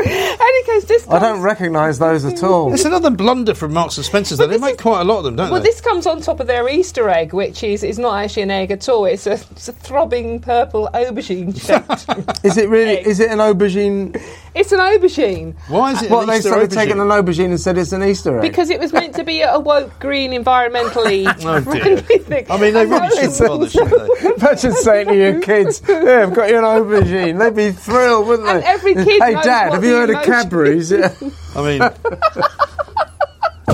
S3: any case, this.
S2: I don't
S3: comes-
S2: recognise those at all.
S1: It's another blunder from Marks and Spencer's. Though.
S3: But
S1: They
S3: this
S1: make
S3: is-
S1: quite a lot of them, don't
S3: Well,
S1: they?
S3: this comes on top of their Easter egg, which is, is not actually an egg at all. It's a, it's a throbbing purple aubergine.
S1: [LAUGHS]
S3: shaped-
S2: Is it really? Is it an aubergine?
S3: it's an aubergine.
S1: Why is it
S2: What
S1: an
S2: they
S1: Easter
S2: started
S1: aubergine?
S2: taking an aubergine and said it's an Easter egg.
S3: Because it was meant to be a woke, green, environmentally
S1: [LAUGHS] Oh, dear.
S3: friendly thing.
S1: I mean, they
S3: And
S1: really
S3: that
S1: should
S3: was-
S1: bother, shouldn't they?
S2: Imagine saying to your kids, "Yeah, I've got you an aubergine." They'd be thrilled, wouldn't they?
S3: And every kid
S2: Hey,
S3: knows
S2: Dad,
S3: what
S2: have you
S3: the
S2: heard of
S3: emoji
S2: Cadbury's? Yeah.
S1: I mean,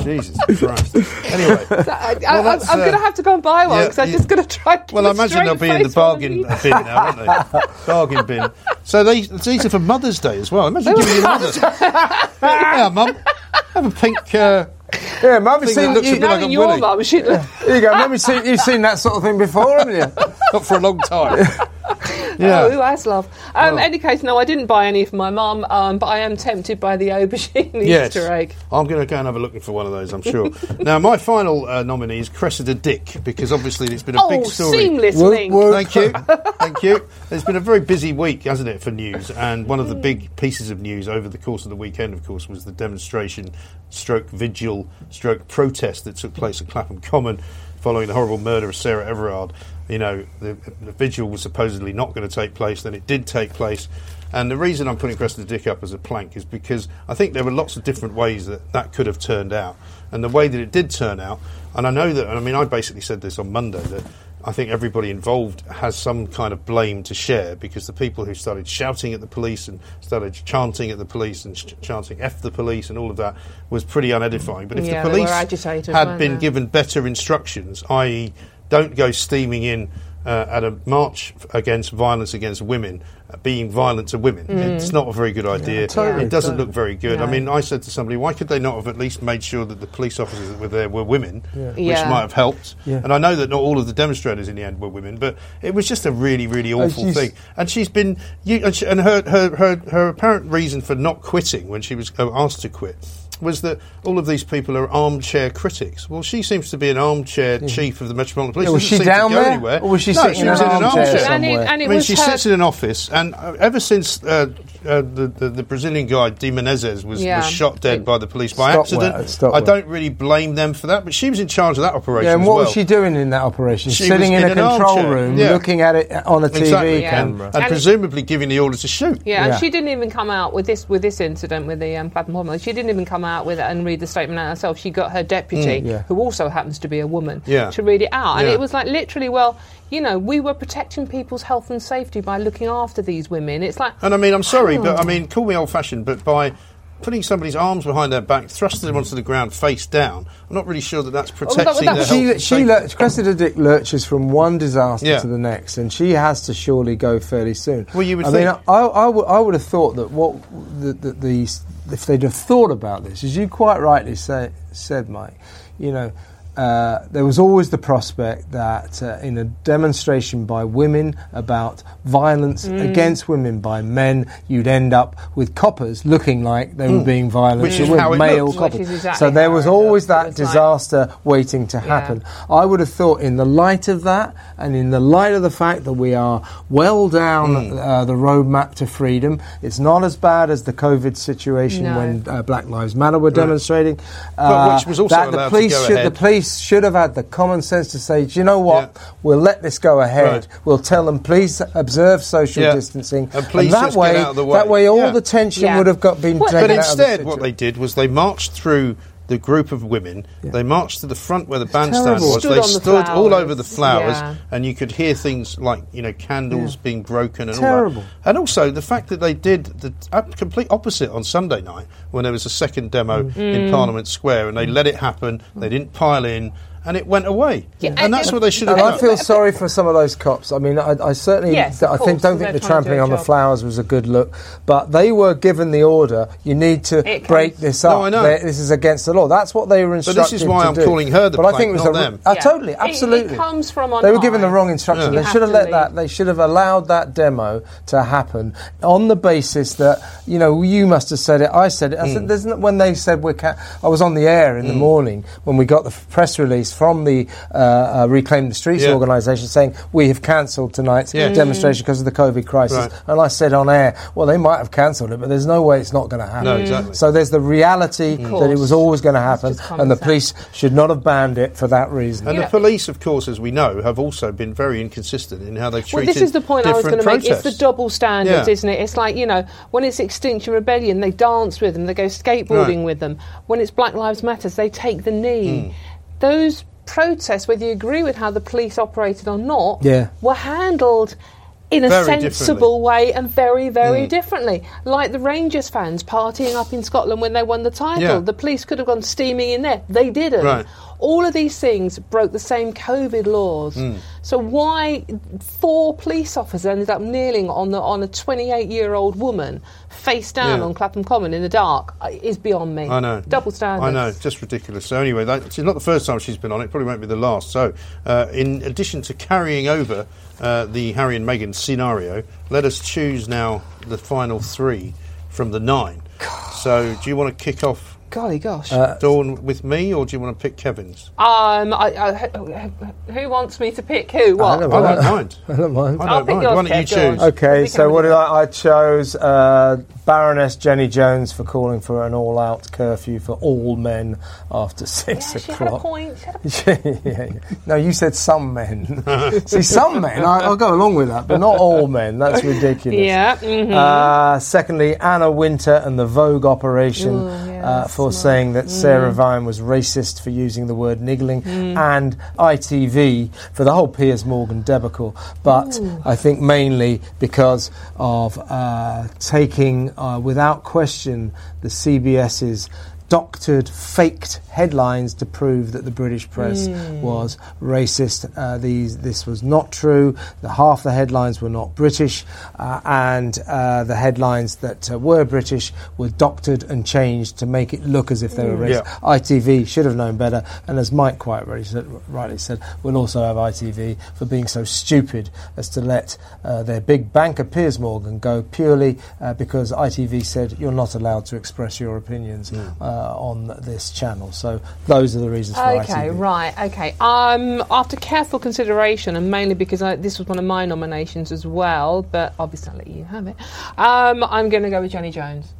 S1: Jesus Christ. Anyway,
S3: I, I,
S1: Well,
S3: I'm,
S1: that's,
S3: I'm
S1: uh,
S3: going to have to go and buy one
S1: yeah,
S3: because I'm
S1: you-
S3: just going to try. and
S1: well,
S3: keep
S1: I
S3: a
S1: imagine
S3: straight
S1: they'll be in
S3: face
S1: the bargain
S3: while I eat.
S1: bin now, won't they? Bargain bin. So they, these are for Mother's Day as well. Imagine giving your mother. yeah, Mum, have a pink. Uh,
S2: yeah, Mum, you
S1: Thing that
S2: seen?
S1: looks a
S2: You,
S1: bit
S3: Knowing
S1: like a
S3: your
S1: willy.
S3: mum,
S1: [LAUGHS]
S3: she
S2: here you go, Mum. You seen? You've seen that sort of thing before, haven't you?
S1: not for a long time. Yeah.
S3: Oh, who has love? Um, Any case, no, I didn't buy any for my mum, um, but I am tempted by the aubergine
S1: Yes.
S3: Easter egg.
S1: I'm going to go and have a look for one of those, I'm
S3: [LAUGHS]
S1: sure. now, my final uh, nominee is Cressida Dick, because obviously it's been a
S3: Oh,
S1: big story.
S3: seamless
S2: Whoop,
S3: link.
S2: whoop.
S1: Thank you. Thank you. It's been a very busy week, hasn't it, for news? And one of the big pieces of news over the course of the weekend, of course, was the demonstration, stroke vigil, stroke protest that took place at Clapham Common following the horrible murder of Sarah Everard. You know, the, the vigil was supposedly not going to take place, then it did take place. And the reason I'm putting Cressida Dick up as a plank is because I think there were lots of different ways that that could have turned out. And the way that it did turn out, and I know that, I mean, I basically said this on Monday, that I think everybody involved has some kind of blame to share because the people who started shouting at the police and started chanting at the police and sh- chanting F the police and all of that was pretty unedifying. But if
S3: Yeah,
S1: the
S3: they were
S1: police
S3: agitated,
S1: had
S3: weren't
S1: been
S3: they?
S1: given better instructions, i.e., don't go steaming in uh, at a march f- against violence against women, uh, being violent to women, it's not a very good idea.
S2: totally,
S1: it doesn't
S2: totally.
S1: look very good. I
S3: Mm. No.
S1: mean, I said to somebody, why could they not have at least made sure that the police officers that were there were women, which
S3: Yeah.
S1: might have helped?
S2: Yeah.
S1: And I know that not all of the demonstrators in the end were women, but it was just a really, really awful
S2: Oh, she's-
S1: thing. And she's been, you, and, she, and her, her, her, her apparent reason for not quitting when she was uh, asked to quit was that all of these people are armchair critics. Well, she seems to be an armchair chief of the Metropolitan Police.
S2: Yeah, was
S1: Doesn't
S2: she
S1: seem to
S2: down
S1: go
S2: there?
S1: Anywhere.
S2: Or was she
S1: no,
S2: sitting
S1: she
S2: in
S1: was
S2: an
S1: in an
S2: armchair
S1: armchair
S3: and, it,
S2: somewhere.
S3: and it
S1: I mean,
S3: was
S1: she
S3: her-
S1: sits in an office, and uh, ever since uh, uh, the, the the Brazilian guy Di Menezes was,
S3: Yeah.
S1: was shot dead by the police by
S2: Stop
S1: accident,
S2: where- stop
S1: I
S2: where.
S1: don't really blame them for that. But she was in charge of that operation.
S2: Yeah, and
S1: as
S2: what
S1: well.
S2: was she doing in that operation?
S1: She
S2: Sitting
S1: was
S2: in,
S1: in
S2: a
S1: an
S2: control
S1: armchair.
S2: room,
S1: Yeah.
S2: looking at it uh, on a TV
S1: Exactly.
S2: camera.
S1: and,
S3: And it-
S1: presumably giving the order to shoot.
S3: Yeah,
S2: Yeah.
S3: she didn't even come out with this with this incident with the um, Clapham Hormone. She didn't even come out with it and read the statement out herself. She got her deputy,
S2: yeah.
S3: who also happens to be a woman,
S1: Mm, Yeah.
S3: to read it out. And
S1: Yeah.
S3: it was like literally, well, you know, we were protecting people's health and safety by looking after these women. It's like
S1: And I mean, I'm sorry, but I
S3: Oh.
S1: mean, call me old-fashioned, but by putting somebody's arms behind their back, thrusting them onto the ground face down, I'm not really sure that that's
S3: that-
S1: protecting their
S3: that-
S1: health
S2: She,
S1: and
S2: she
S1: safety.
S2: lurch, Cressida Dick lurches from one disaster
S1: Yeah.
S2: to the next, and she has to surely go fairly soon.
S1: Well, you would
S2: I
S1: think-
S2: mean, I, I, would, I would have thought that what the, the, the, if they'd have thought about this, as you quite rightly say, said, Mike, you know, uh, there was always the prospect that uh, in a demonstration by women about violence
S3: Mm.
S2: against women by men, you'd end up with coppers looking like they were being violent
S1: Mm. Which
S2: to
S1: is
S2: women,
S1: how it
S2: male
S1: looks.
S3: Which
S2: coppers.
S3: is exactly
S2: so there
S3: how
S2: was
S3: it
S2: always
S3: looks.
S2: that
S3: It's like-
S2: disaster waiting to happen. I would have thought, in the light of that, and in the light of the fact that we are well down
S1: Hmm.
S2: uh, the roadmap to freedom, it's not as bad as the COVID situation
S3: No.
S2: when uh, Black Lives Matter were demonstrating. Uh,
S1: But which was also
S2: that the
S1: allowed to
S2: police
S1: go
S2: should,
S1: ahead.
S2: The police should have had the common sense to say, "Do you know what?
S1: Yeah.
S2: We'll let this go ahead.
S1: Right.
S2: We'll tell them, please observe social
S1: Yeah.
S2: distancing,
S1: And please
S2: that
S1: just get
S2: way,
S1: out of the way.
S2: that way, all
S1: Yeah.
S2: the tension
S3: Yeah.
S2: would have got been
S3: But-
S2: taken
S1: But
S2: out of the
S1: instead, what
S2: situation.
S1: they did was they marched through the group of women. They marched to the front where the bandstand
S2: terrible.
S1: was.
S3: Stood
S1: they
S3: on the
S1: stood all
S3: flowers.
S1: over the flowers,
S3: Yeah.
S1: and you could hear things like you know candles being broken and all
S2: Terrible.
S1: that. And also the fact that they did the ab- complete opposite on Sunday night when there was a second demo
S2: Mm.
S3: Mm.
S1: in Parliament Square, and they let it happen. They didn't pile in, and it went away.
S3: Yeah,
S1: And,
S3: and-
S1: that's
S3: and-
S1: what they should have
S2: And
S1: done.
S2: I feel sorry for some of those cops. I mean, I, I certainly,
S3: Yes, of
S2: I think,
S3: course,
S2: don't
S3: they're
S2: think the
S3: trying to do
S2: trampling
S3: a
S2: on the
S3: job.
S2: flowers was a good look. But they were given the order: you need to
S3: It
S2: break
S3: comes-
S2: this
S1: No,
S2: up.
S1: I know.
S2: They- This is against the law. That's what they were instructed.
S1: this is why
S2: to
S1: I'm
S2: do.
S1: calling her the
S2: But I think it was
S1: plank,
S2: a-
S1: not them.
S2: I
S3: Yeah.
S2: totally,
S3: It- it
S2: absolutely.
S3: comes from on
S2: They were given
S3: high.
S2: the wrong instruction.
S3: You
S2: They
S3: have
S2: should have
S3: to
S2: let
S3: lead.
S2: that. They should have allowed that demo to happen on the basis that you know you must have said it. I said it. I
S1: Mm.
S2: said there's no, when they said we're. Ca- I was on the air in the morning when we got the f- press release from the uh, uh, Reclaim the Streets
S1: Yeah.
S2: organisation organisation saying we have cancelled tonight's
S1: Yeah. Mm.
S2: demonstration because of the COVID crisis.
S1: Right.
S2: And I said on air, well, they might have cancelled it, but there's no way it's not going to happen.
S1: No, Mm. exactly. Mm.
S2: So there's the reality that it was
S3: course.
S2: always going to happen,
S3: just common
S2: and the
S3: sense.
S2: police should not have banned it for that reason.
S1: And
S2: [LAUGHS]
S3: Yeah.
S1: the police, of course, as we know, have also been very inconsistent in how they've
S3: Well,
S1: treated
S3: this is the point I was going
S1: different
S3: to make. It's
S1: protests.
S3: the double standards,
S1: Yeah.
S3: isn't it? It's like, you know, when it's Extinction Rebellion, they dance with them, they go skateboarding
S1: Right.
S3: with them. When it's Black Lives Matters, they take the knee.
S1: Hmm.
S3: Those protests, whether you agree with how the police operated or not,
S2: Yeah.
S3: were handled in a
S1: Very Hmm.
S3: sensible way and very, very differently. Like the Rangers fans partying up in Scotland when they won the title.
S1: Yeah.
S3: The police could have gone steaming in there. They didn't.
S1: Right.
S3: All of these things broke the same COVID laws.
S1: Hmm.
S3: So why four police officers ended up kneeling on the on a 28 year old woman face down
S1: Yeah.
S3: on Clapham Common in the dark uh, is beyond me.
S1: I know.
S3: Double standards.
S1: I know, just ridiculous. So anyway, that, it's not the first time she's been on it. Probably won't be the last. So, uh, in addition to carrying over uh, the Harry and Meghan scenario, let us choose now the final three from the nine. So, do you want to kick off
S3: Golly gosh.
S1: Uh, Dawn with me, or do you want to pick Kevin's?
S3: um, I, I, who wants me to pick who? What?
S2: don't
S1: I
S2: Well,
S1: don't mind.
S2: I don't mind.
S1: I
S3: I'll
S1: don't
S3: pick
S1: mind.
S3: yours,
S1: Why don't you
S3: Kev, go on.
S1: choose?
S2: Okay,
S3: We
S2: so
S3: can-
S2: what did I, I chose? Uh, Baroness Jenny Jones for calling for an all-out curfew for all men after six
S3: Yeah, she
S2: o'clock.
S3: had a point. She had a
S2: [LAUGHS] yeah, yeah. No, you said some
S3: [LAUGHS]
S2: men. See, some men, I, I'll go along with that, but not all men. That's ridiculous.
S3: [LAUGHS] Yeah, mhm.
S2: Uh, secondly, Anna Winter and the Vogue operation
S3: Ooh,
S2: uh,
S3: yes,
S2: for
S3: no.
S2: saying that Sarah Vine was racist for using the word niggling, and ITV for the whole Piers Morgan debacle, but I think mainly because of uh, taking, uh, without question, the CBS's doctored, faked headlines to prove that the British press was racist. Uh, these, this was not true. The, half the headlines were not British, uh, and uh, the headlines that uh, were British were doctored and changed to make it look as if they were racist.
S1: Yeah.
S2: ITV should have known better, and as Mike quite rightly said, rightly said we'll also have ITV for being so stupid as to let uh, their big banker Piers Morgan go purely uh, because ITV said you're not allowed to express your opinions uh, on this channel. So those are the reasons for
S3: Okay,
S2: ITV.
S3: right. Okay. Um, after careful consideration, and mainly because I, this was one of my nominations as well, but obviously I'll let you have it. Um, I'm going to go with Jenny Jones.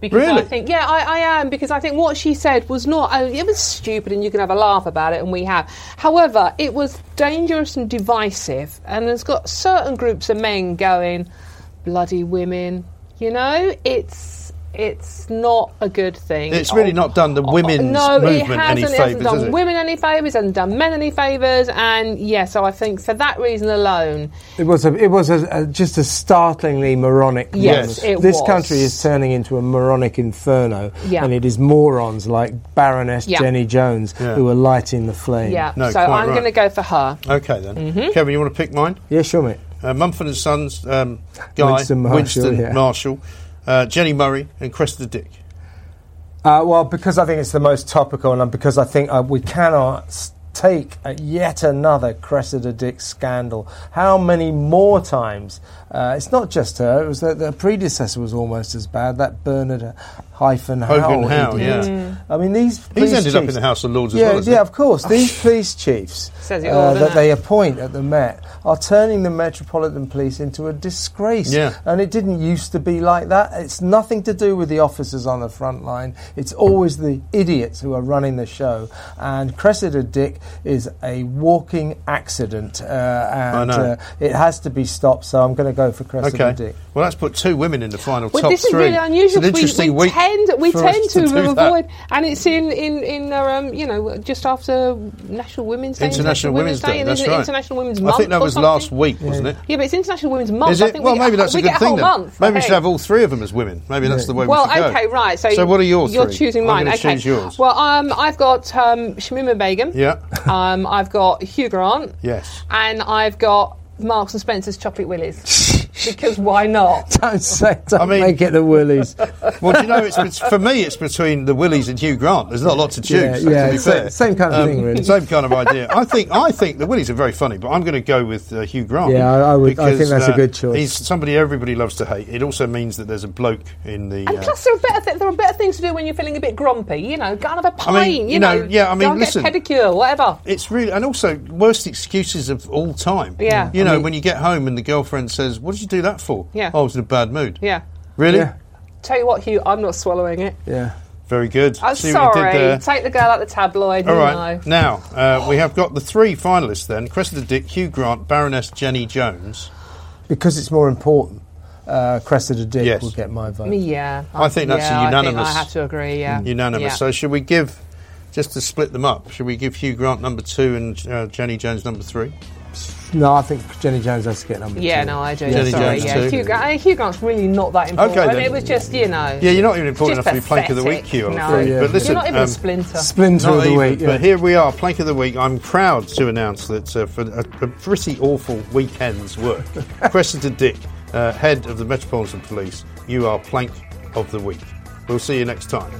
S3: Because
S1: Really?
S3: I think, yeah, I, I am because I think what she said was not. oh, It was stupid, and you can have a laugh about it, and we have. However, it was dangerous and divisive, and it's got certain groups of men going, "Bloody women," you know. It's it's not a good thing.
S1: It's really not done the
S3: Oh,
S1: women's
S3: no, it
S1: movement any
S3: hasn't. it hasn't
S1: favours,
S3: done
S1: has it?
S3: women any favours, hasn't done men any favours, and yeah, so I think for that reason alone,
S2: It was a, it was a, a, just a startlingly moronic.
S3: Yes,
S2: moment.
S3: it
S2: this
S3: was.
S2: country is turning into a moronic inferno,
S3: Yeah.
S2: and it is morons like Baroness
S3: Yeah.
S2: Jenny Jones
S1: Yeah.
S2: who are lighting the flame.
S3: yeah.
S1: Hmm. No,
S3: so
S1: quite
S3: I'm
S1: right.
S3: going to go for her.
S1: Okay then,
S3: Mm-hmm.
S1: Kevin, you want to pick mine?
S2: yeah, sure, mate.
S1: uh, Mumford and Sons um, guy,
S2: Winston
S1: Winston
S2: Marshall,
S1: Marshall,
S2: yeah.
S1: uh, Jenny Murray, and Cressida Dick.
S2: Uh, well, because I think it's the most topical, and because I think uh, we cannot s- take uh, yet another Cressida Dick scandal. How many more times? Uh, it's not just her; it was the, the predecessor was almost as bad. That Bernard hyphen
S1: Hogan
S2: Howe.
S1: Howe,
S2: idiot.
S1: yeah.
S2: I mean, these
S1: He's
S2: police
S1: ended up
S2: chiefs-
S1: in the House of Lords as
S2: yeah,
S1: well, hasn't
S2: yeah,
S1: he?
S2: of course.
S1: [LAUGHS]
S2: These police chiefs uh,
S3: Says it all, doesn't
S2: that
S3: it?
S2: they appoint at the Met are turning the Metropolitan Police into a disgrace.
S1: Yeah.
S2: And it didn't used to be like that. It's nothing to do with the officers on the front line. It's always the idiots who are running the show. And Cressida Dick is a walking accident. Uh, and
S1: know.
S2: Uh, it has to be stopped. So I'm going to go for Cressida
S1: Okay.
S2: Dick. [LAUGHS]
S1: Well, that's put two women in the final
S3: Well,
S1: top
S3: this is
S1: three.
S3: really unusual.
S1: It's an interesting
S3: we, we
S1: week
S3: tend we
S1: for us
S3: tend
S1: to
S3: to,
S1: do that.
S3: avoid, and it's in in in uh, um, you know just after National Women's Day,
S1: International Women's Day.
S3: and
S1: That's
S3: isn't it
S1: right.
S3: International Women's
S1: I
S3: Month.
S1: think that
S3: or
S1: was
S3: something?
S1: last week, wasn't it?
S3: Yeah, but it's International Women's Month.
S1: Is
S3: I
S1: it?
S3: think
S1: Well,
S3: we
S1: maybe
S3: get,
S1: that's
S3: we
S1: a good
S3: get
S1: thing
S3: whole
S1: then.
S3: Month, I
S1: maybe we should
S3: think.
S1: have all three of them as women. Maybe that's the way
S3: Well,
S1: we should go.
S3: okay, right. So,
S1: what are yours?
S3: You're
S1: three?
S3: choosing
S1: I'm
S3: mine.
S1: gonna
S3: okay.
S1: choose yours.
S3: Well, um, I've got um, Shamima Begum.
S1: Yeah.
S3: [LAUGHS] Um, I've got Hugh Grant.
S1: Yes.
S3: And I've got Marks and Spencer's
S1: [LAUGHS]
S3: Chocolate Willies. because why not?
S2: Don't say, don't
S1: mean-
S2: make it the Willies.
S1: well, do you know, it's, it's for me, it's between the Willies and Hugh Grant. There's not a lot to choose.
S2: Yeah,
S1: to
S2: yeah,
S1: be
S2: sa-
S1: fair. Um,
S2: same kind of thing, really.
S1: Same kind of idea. I think I think the Willies are very funny, but I'm going to go with uh, Hugh Grant. uh,
S2: Yeah, I- I would- I think that's a good choice.
S1: He's somebody everybody loves to hate. It also means that there's a bloke in the.
S3: And
S1: uh,
S3: plus, there are, better th- there are better things to do when you're feeling a bit grumpy. You know, go and have a pint.
S1: you know, yeah, I mean,
S3: go and
S1: listen.
S3: get a pedicure, whatever.
S1: it's really and also worst excuses of all time.
S3: Yeah.
S1: you know,
S2: mean-
S1: when you get home and the girlfriend says, "What did you do that for?"
S3: Yeah.
S1: "Oh, I was in a bad mood.
S3: Yeah.
S1: really,
S2: Yeah.
S3: Tell you what, Hugh, I'm not swallowing it.
S2: [LAUGHS] yeah.
S1: very good.
S3: I'm
S1: See what you did
S3: sorry.
S1: there?
S3: Take the girl out the tabloid.
S1: All
S3: you
S1: right.
S3: know.
S1: Now, uh, we have got the three finalists then Cressida Dick, Hugh Grant, Baroness Jenny Jones.
S2: because it's more important. Uh, Cressida Dick
S1: Yes.
S2: will get my vote.
S3: Me, Yeah.
S1: I think that's a
S3: yeah, I,
S1: unanimous- Mm,
S3: think I have to agree, yeah.
S1: Unanimous.
S3: Yeah.
S1: So, should we give, just to split them up, should we give Hugh Grant number two and uh, Jenny Jones number three?
S2: No, I think Jenny Jones has to get number
S3: Yeah,
S2: two.
S3: no, I do.
S1: Jenny
S3: Sorry,
S1: Jones
S3: yeah.
S1: too.
S3: Hugh, Grant, I mean, Hugh Grant's really not that important.
S1: Okay, then.
S3: It was just, you know.
S1: Yeah, you're not even important
S3: just
S1: enough to be Plank of the Week,
S3: pathetic.
S1: Hugh, I'm
S3: No.
S1: afraid.
S2: Yeah.
S1: But listen,
S3: You're not even
S1: um,
S3: Splinter.
S2: Splinter
S1: Not
S2: of the
S1: even,
S2: week. yeah.
S1: But here we are, Plank of the Week. I'm proud to announce that uh, for a, a pretty awful weekend's work, Cressida Dick, uh, head of the Metropolitan Police, you are Plank of the Week. We'll see you next time.